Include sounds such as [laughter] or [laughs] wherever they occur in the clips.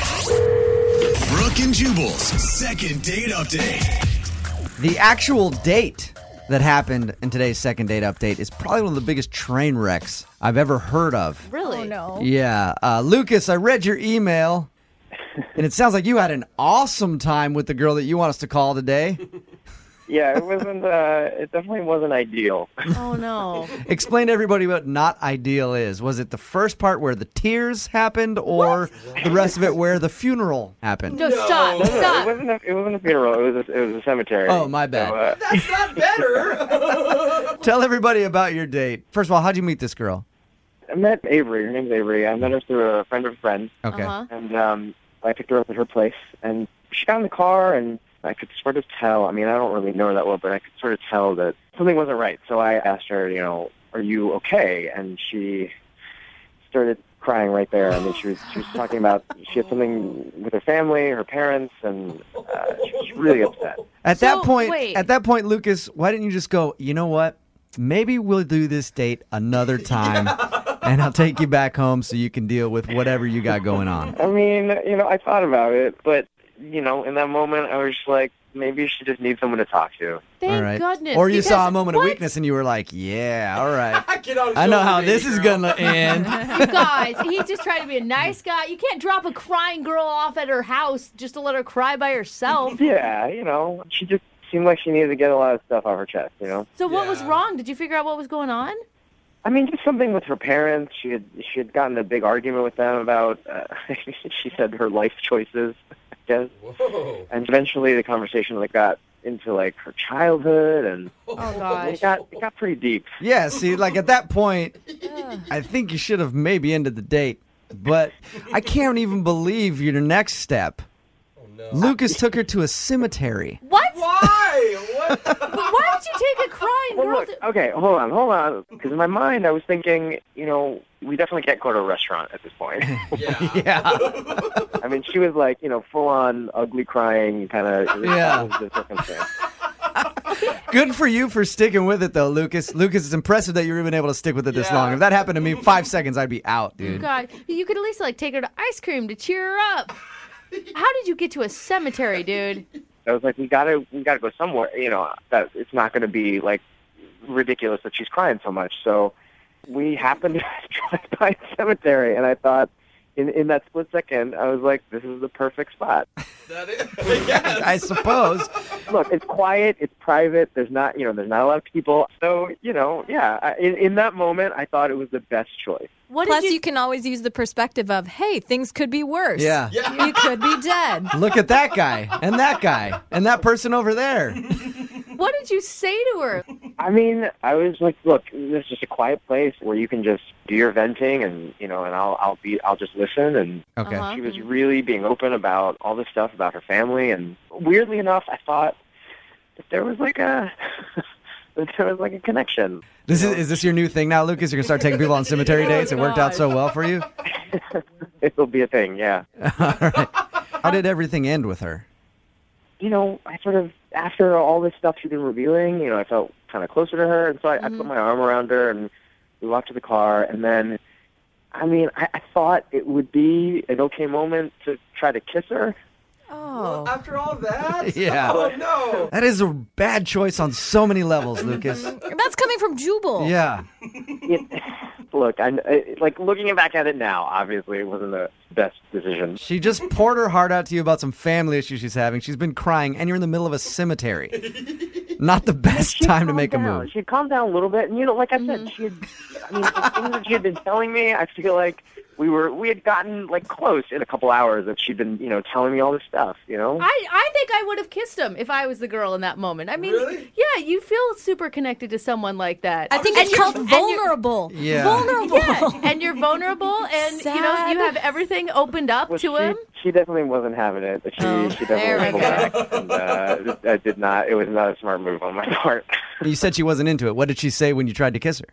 92.5. Brooke and Jubal's second date update. The actual date that happened in today's second date update is probably one of the biggest train wrecks I've ever heard of. Really? Oh [laughs] no. Yeah. Uh, Lucas, I read your email, and it sounds like you had an awesome time with the girl that you want us to call today. yeah, it wasn't. Uh, it definitely wasn't ideal. Oh [laughs] no. Explain to everybody what not ideal is. Was it the first part where the tears happened, or the rest of it where the funeral happened? No, stop. No, it Stop. wasn't. A, it wasn't a funeral. It was. A, it was a cemetery. Ah. Oh, my bad. So, uh, Tell everybody about your date. First of all, how'd you meet this girl? I met Avery. Her name's Avery. I met her through a friend of a friend, Okay. Uh-huh. and um, I picked her up at her place. And she got in the car, and I could sort of tell. I mean, I don't really know her that well, but I could sort of tell that something wasn't right. So I asked her, you know, "Are you okay?" And she started crying right there. I mean, she was she was talking about she had something with her family, her parents, and uh, she was really upset. At So, that point, wait. at that point, Lucas, why didn't you just go? You know what? Maybe we'll do this date another [laughs] time, and I'll take you back home so you can deal with whatever you got going on. I mean, you know, I thought about it, but you know, in that moment, I was just like, maybe she just needs someone to talk to. Thank all right. goodness. or you because- saw a moment what? of weakness and you were like, "Yeah, all [laughs] right, Get out of I know shoulder, how this baby is girl. gonna end." You guys, he's just trying to be a nice guy. You can't drop a crying girl off at her house just to let her cry by herself. Yeah, you know, she just seemed like she needed to get a lot of stuff off her chest. You know, So what was Yeah. wrong? Did you figure out what was going on? I mean, just something with her parents. She had she had gotten a big argument with them about. Uh, [laughs] she said her life choices, I guess, Whoa. and eventually the conversation like got into like her childhood, and Oh it gosh. got it got pretty deep. yeah. See, like at that point, I think you should have maybe ended the date, but I can't even believe your next step. Lucas took her to a cemetery. [laughs] What? Why? What? Why did you take a crying Well, girl? look, To- okay, hold on, hold on, because in my mind I was thinking, you know, we definitely can't go to a restaurant at this point. [laughs] yeah. Yeah. I mean, she was like, you know, full on ugly crying kind of. [laughs] Yeah. The circumstance. Good for you for sticking with it, though, Lucas. Lucas, it's impressive that you're even able to stick with it this Yeah. long. If that happened to me, five seconds, I'd be out, dude. God, you could at least like take her to ice cream to cheer her up. How did you get to a cemetery, dude? I was like, we gotta, we gotta go somewhere. You know, that it's not going to be like ridiculous that she's crying so much. So we happened [laughs] to drive by a cemetery, and I thought, in in that split second, I was like, this is the perfect spot. [laughs] That is. Yes. I suppose. Look, it's quiet, it's private. There's not, you know, there's not a lot of people. So you know, yeah. I, in in that moment, I thought it was the best choice. What Plus, did you-, you? can always use the perspective of, hey, things could be worse. Yeah. Yeah. You could be dead. Look at that guy, and that guy, and that person over there. What did you say to her? I mean, I was like, look, this is just a quiet place where you can just do your venting, and you know, and I'll I'll be I'll just listen. And Okay. Uh-huh. she was really being open about all this stuff about her family, and weirdly enough, I thought that there was like a [laughs] that there was like a connection. This is, is this your new thing now, Lucas? You're going to start taking people on cemetery Oh, dates? It worked out God. so well for you? [laughs] It'll be a thing, yeah. All right. How did everything end with her? You know, I sort of after all this stuff she'd been revealing, you know, I felt kind of closer to her, and so I, I put my arm around her, and we walked to the car, and then. I mean, I, I thought it would be an okay moment to try to kiss her, Oh. After all [laughs] that? Yeah. Oh no. That is a bad choice on so many levels, [laughs] Lucas. That's coming from Jubal. Yeah. [laughs] it, look, I, I like looking back at it now. Obviously, it wasn't the best decision. She just poured her heart out to you about some family issues she's having. She's been crying, and you're in the middle of a cemetery. Not the best She time to calmed make a down. move. Mm-hmm. She calmed down a little bit, and you know, like I said, she had. I mean, the things that she had been telling me, I feel like we were we had gotten like close in a couple hours that she'd been you know telling me all this stuff. You know, I, I think I would have kissed him if I was the girl in that moment. I mean, Really? yeah, you feel super connected to someone like that. I think And it's called you're- and you're- vulnerable. Yeah. Vulnerable. [laughs] And you're vulnerable, and you know Sad. you have everything opened up Well, to she, him. she definitely wasn't having it. But she Oh, she there we definitely pulled back. And, uh, [laughs] I did not. It was not a smart move on my part. [laughs] You said she wasn't into it. What did she say when you tried to kiss her?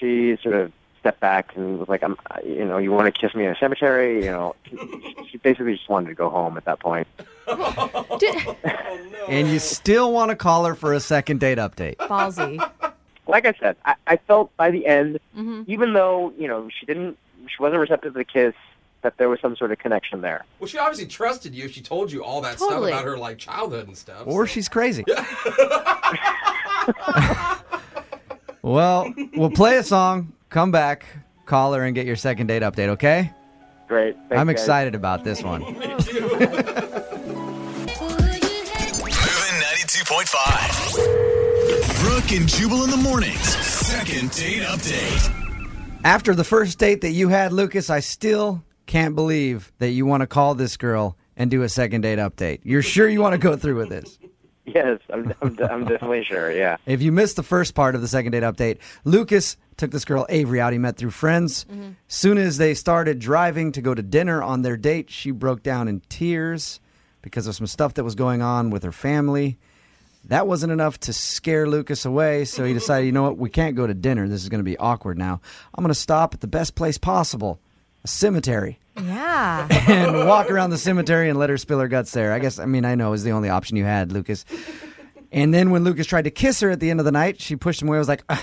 she sort of stepped back and was like, "I'm, you know, you want to kiss me in a cemetery?" You know, she basically just wanted to go home at that point. Did- Oh no. [laughs] And you still want to call her for a second date update. Ballsy. Like I said, Mm-hmm. I, I felt by the end, even though you know she didn't, she wasn't receptive to the kiss. that there was some sort of connection there. Well, she obviously trusted you. She told you all that Totally. stuff about her like childhood and stuff. Or she's crazy. [laughs] well, we'll play a song, come back, call her, and get your second date update, okay? Great. Thanks, I'm guys. excited about this one. Moving 92.5. Brooke and Jubal in the mornings. Second date update. After the first date that you had, Lucas, I still can't believe that you want to call this girl and do a second date update. You're sure you want to go through with this? Yes, I'm, I'm, I'm definitely sure. Yeah. If you missed the first part of the second date update, Lucas took this girl Avery out he met through friends. Soon as they started driving to go to dinner on their date, she broke down in tears because of some stuff that was going on with her family. That wasn't enough to scare Lucas away, so he decided, you know what, we can't go to dinner. This is going to be awkward now. I'm going to stop at the best place possible, a cemetery Yeah. [laughs] and walk around the cemetery and let her spill her guts there. I guess, I mean, I know is the only option you had, Lucas. And then when Lucas tried to kiss her at the end of the night, she pushed him away. I was like, "Ugh,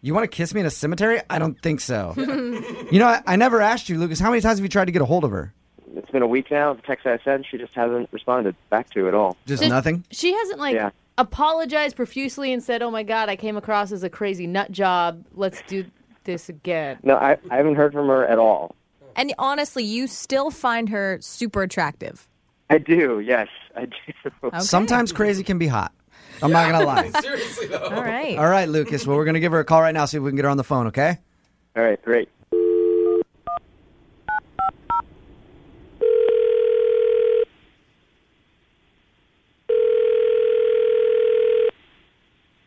You want to kiss me in a cemetery? I don't think so. you know, I, I never asked you, Lucas, how many times have you tried to get a hold of her? It's been a week now. The text I sent, she just hasn't responded back to at all. Just Did- nothing? She hasn't like Yeah. apologized profusely and said, "Oh my god, I came across as a crazy nut job. Let's do this again." No, I, I haven't heard from her at all. and honestly, you still find her super attractive. I do. Yes, I [laughs] do. Okay. Sometimes crazy can be hot. I'm not going [laughs] to lie. [laughs] Seriously though. [laughs] All right. All right, Lucas. Well, we're going to give her a call right now, see if we can get her on the phone, okay? All right. Great.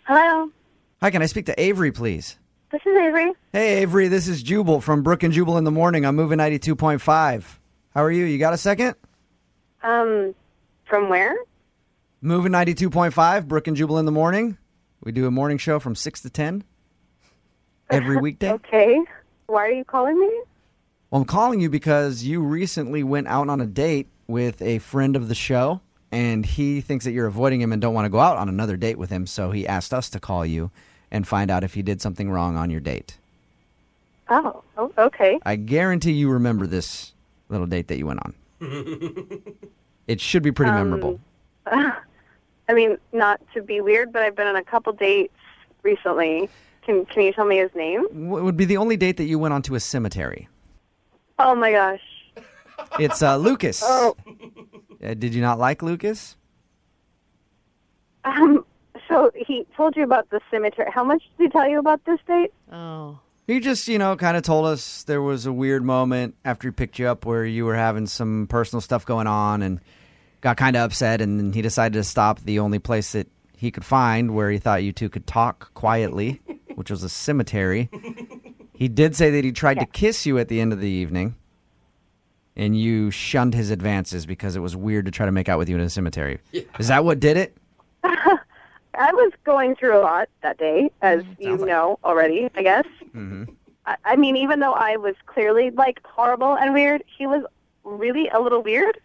Hello, Hi, can I speak to Avery, please? this is Avery. Hey, Avery, this is Jubal from Brook and Jubal in the Morning. I'm moving 92.5. How are you? You got a second? Um, from where? Moving 92.5, Brook and Jubal in the morning. We do a morning show from 6 to 10 every weekday. Okay. Why are you calling me? Well, I'm calling you because you recently went out on a date with a friend of the show, and he thinks that you're avoiding him and don't want to go out on another date with him, so he asked us to call you and find out if you did something wrong on your date. Oh, oh okay. I guarantee you remember this little date that you went on. it should be pretty memorable. I mean, not to be weird, but I've been on a couple dates recently. Can Can you tell me his name? W- It would be the only date that you went on to a cemetery. Oh my gosh. It's uh, Lucas. Oh. Uh, did you not like Lucas? Um. So he told you about the cemetery. How much did he tell you about this date? Oh. He just, you know, kind of told us there was a weird moment after he picked you up where you were having some personal stuff going on and got kind of upset. And then he decided to stop at the only place that he could find where he thought you two could talk quietly, which was a cemetery. He did say that he tried to kiss you at the end of the evening and you shunned his advances because it was weird to try to make out with you in a cemetery. Is that what did it? I was going through a lot that day, as you know already, I guess. Mm-hmm. I, I mean, even though I was clearly like horrible and weird, he was really a little weird.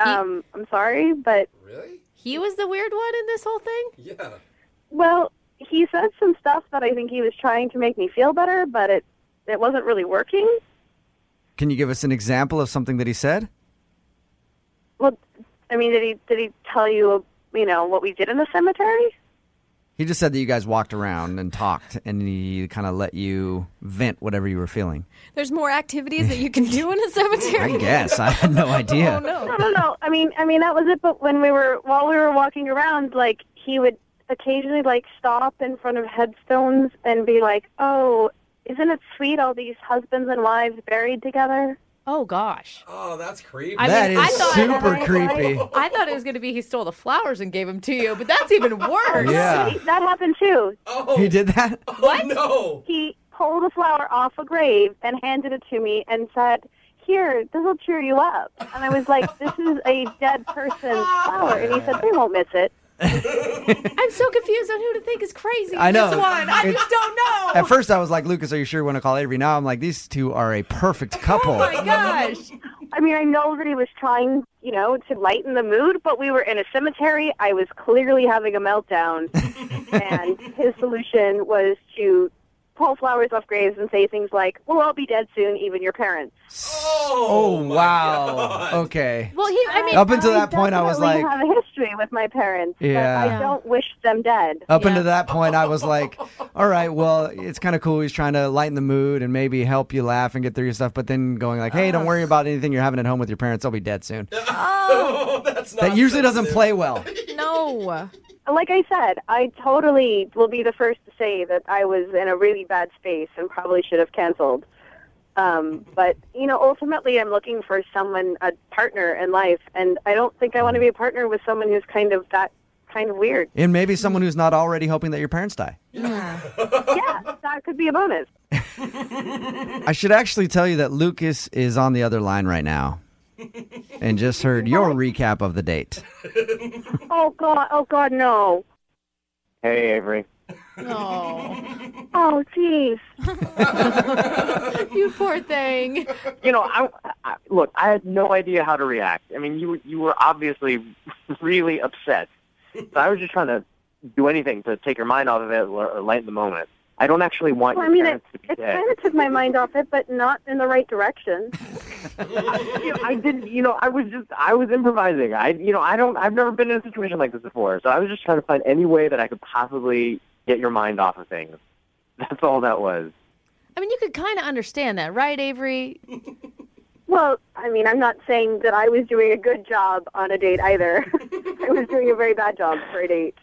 Um, I'm sorry, but Really? He was the weird one in this whole thing? Yeah. well, he said some stuff that I think he was trying to make me feel better, but it it wasn't really working. Can you give us an example of something that he said? Well, I mean, did he did he tell you you know what we did in the cemetery? He just said that you guys walked around and talked, and he kind of let you vent whatever you were feeling. There's more activities that you can do in a I cemetery. guess I had no idea. Oh no. No, no, no. I mean, I mean that was it. But when we were while we were walking around, like he would occasionally like stop in front of headstones and be like, "Oh, isn't it sweet all these husbands and wives buried together?" Oh gosh. Oh, that's creepy. I That mean, I is thought- super creepy. I thought it was going to be he stole the flowers and gave them to you, but that's even worse. Yeah, Wait, that happened too. oh, he did that. oh, no. He pulled a flower off a grave and handed it to me and said. Here, this will cheer you up. And I was [laughs] like, this is a dead person's flower. And he said, they won't miss it. I'm so confused on who to think is crazy. in I know. This one. Oh I It's- just don't know. At first, I was like, Lucas, are you sure you want to call Avery? Now I'm like, these two are a perfect couple. [laughs] Oh my gosh. I mean, I know that he was trying, you know, to lighten the mood, but we were in a cemetery. I was clearly having a meltdown, and his solution was to pull flowers off graves and say things like, "We'll all be dead soon, even your parents." Oh, Oh, my wow. God. Okay. Well, he. I mean, Up until that point, I was definitely like, have a history with my parents. Yeah. But I don't wish them dead. Up Yeah. until that point, I was like, all right, well, it's kind of cool. He's trying to lighten the mood and maybe help you laugh and get through your stuff. But then going like, hey, don't worry about anything you're having at home with your parents. I'll be dead soon. [laughs] Oh, that's not That usually doesn't sensitive. play well. No. Like I said, I totally will be the first to say that I was in a really bad space and probably should have canceled. Um, but you know, ultimately, I'm looking for someone, a partner in life, and I don't think I want to be a partner with someone who's kind of that kind of [laughs] weird. And maybe someone who's not already hoping that your parents die. yeah, that could be a bonus. I should actually tell you that Lucas is on the other line right now and just heard your recap of the date. Oh God! Oh God! No! Hey, Avery. oh, Oh jeez! [laughs] you poor thing. You know, I, I look. I had no idea how to react. I mean, you you were obviously [laughs] really upset. So I was just trying to do anything to take your mind off of it or, or lighten the moment. I don't actually want Well, I your mean, it, parents to be it dead. kind of took my mind off it, but not in the right direction. you know, I didn't. You know, I was just I was improvising. I you know I don't I've never been in a situation like this before. So I was just trying to find any way that I could possibly get your mind off of things. [laughs] That's all that was. I mean, you could kind of understand that, right, Avery? Well, I mean, I'm not saying that I was doing a good job on a date either. I was doing a very bad job for a date.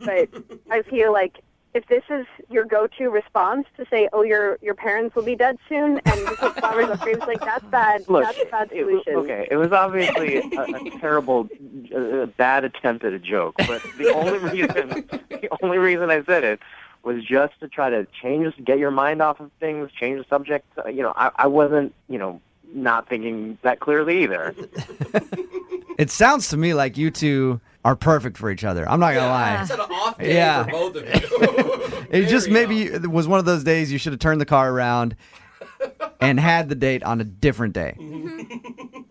But I feel like if this is your go-to response to say, "Oh, your your parents will be dead soon," and you put flowers on graves, like that's bad. Look, that's a bad it- solution. okay, it was obviously a, a terrible, a, a bad attempt at a joke. But the only reason, [laughs] the only reason I said it was just to try to change, get your mind off of things, change the subject. Uh, You know, I, I wasn't, you know, not thinking that clearly either. It sounds to me like you two are perfect for each other. I'm not going to lie. It's an off day Yeah. for both of you. [laughs] It just Very maybe it was one of those days you should have turned the car around and had the date on a different day.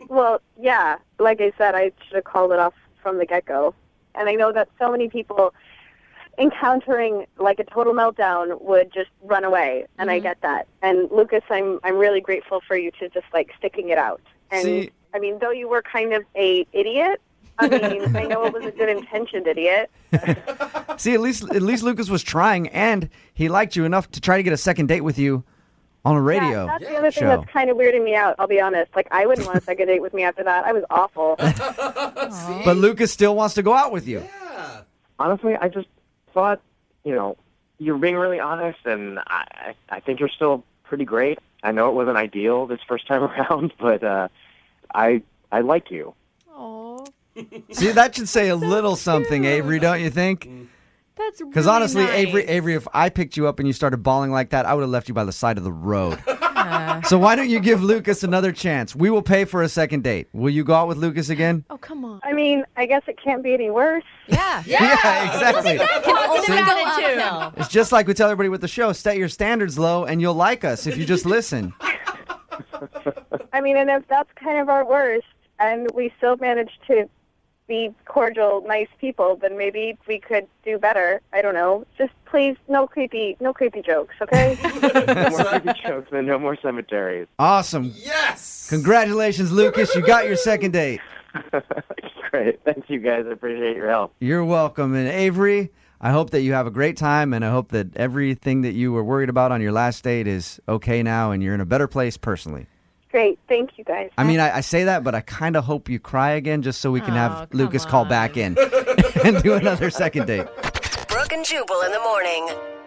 Well, yeah. Like I said, I should have called it off from the get go. And I know that so many people encountering like a total meltdown would just run away, and I get that. And Lucas, I'm I'm really grateful for you to just like sticking it out. And See- I mean, though you were kind of a idiot, I mean, I know it was a good intentioned idiot. See, at least at least Lucas was trying, and he liked you enough to try to get a second date with you on a radio. Yeah, that's the other thing that's show. kind of weirding me out. I'll be honest. Like, I wouldn't want a second date with me after that. I was awful. but Lucas still wants to go out with you. real. Yeah. honestly, I just thought, you know, you're being really honest, and I, I I think you're still pretty great. I know it wasn't ideal this first time [laughs] around, but uh, I I like you. Oh, See, that should say a little something, Avery, don't you think? that's Because because honestly, Avery, Avery, if I picked you up and you started bawling like that, I would have left you by the side of the road. so why don't you give Lucas another chance? We will pay for a second date. Will you go out with Lucas again? Oh, come on. I mean, I guess it can't be any worse. Yeah. [laughs] Yeah, exactly. Positive Only go attitude. uphill. It's just like we tell everybody with the show: set your standards low, and you'll like us if you just listen. I mean, and if that's kind of our worst, and we still manage to be cordial, nice people, then maybe we could do better. I don't know. Just please, no creepy, no creepy jokes, okay? No more creepy jokes and no more cemeteries. Awesome. Yes. Congratulations, Lucas. You got your second date. [laughs] great, thanks you guys. I appreciate your help. You're welcome. And Avery, I hope that you have a great time and I hope that everything that you were worried about on your last date is okay now and you're in a better place personally. Great. Thank you, guys. I mean, I, I say that, but I kind of hope you cry again just so we can Oh, have come Lucas call [laughs] on. back in and do another second date. Brooke and Jubal in the morning.